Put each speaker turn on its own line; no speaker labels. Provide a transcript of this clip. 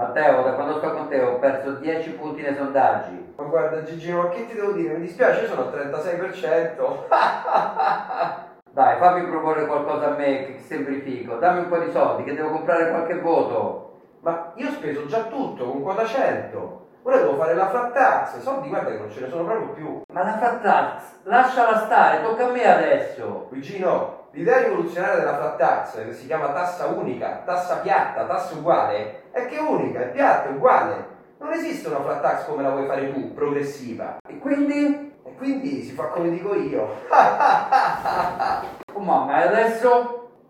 Matteo, da quando sto con te ho perso 10 punti nei sondaggi.
Ma guarda Gigino, ma che ti devo dire? Mi dispiace, io sono al 36%.
Dai, fammi proporre qualcosa a me che sembri figo. Dammi un po' di soldi che devo comprare qualche voto.
Ma io ho speso già tutto con quota 100. Ora devo fare la flat tax. Soldi, guarda che non ce ne sono proprio più.
Ma la flat tax, lasciala stare, tocca a me adesso.
Luigino, l'idea rivoluzionaria della flat tax, che si chiama tassa unica, tassa piatta, tassa uguale, è che è unica, è piatta, è uguale. Non esiste una flat tax come la vuoi fare tu, progressiva.
E quindi?
E quindi si fa come dico io.
Oh mamma, e adesso?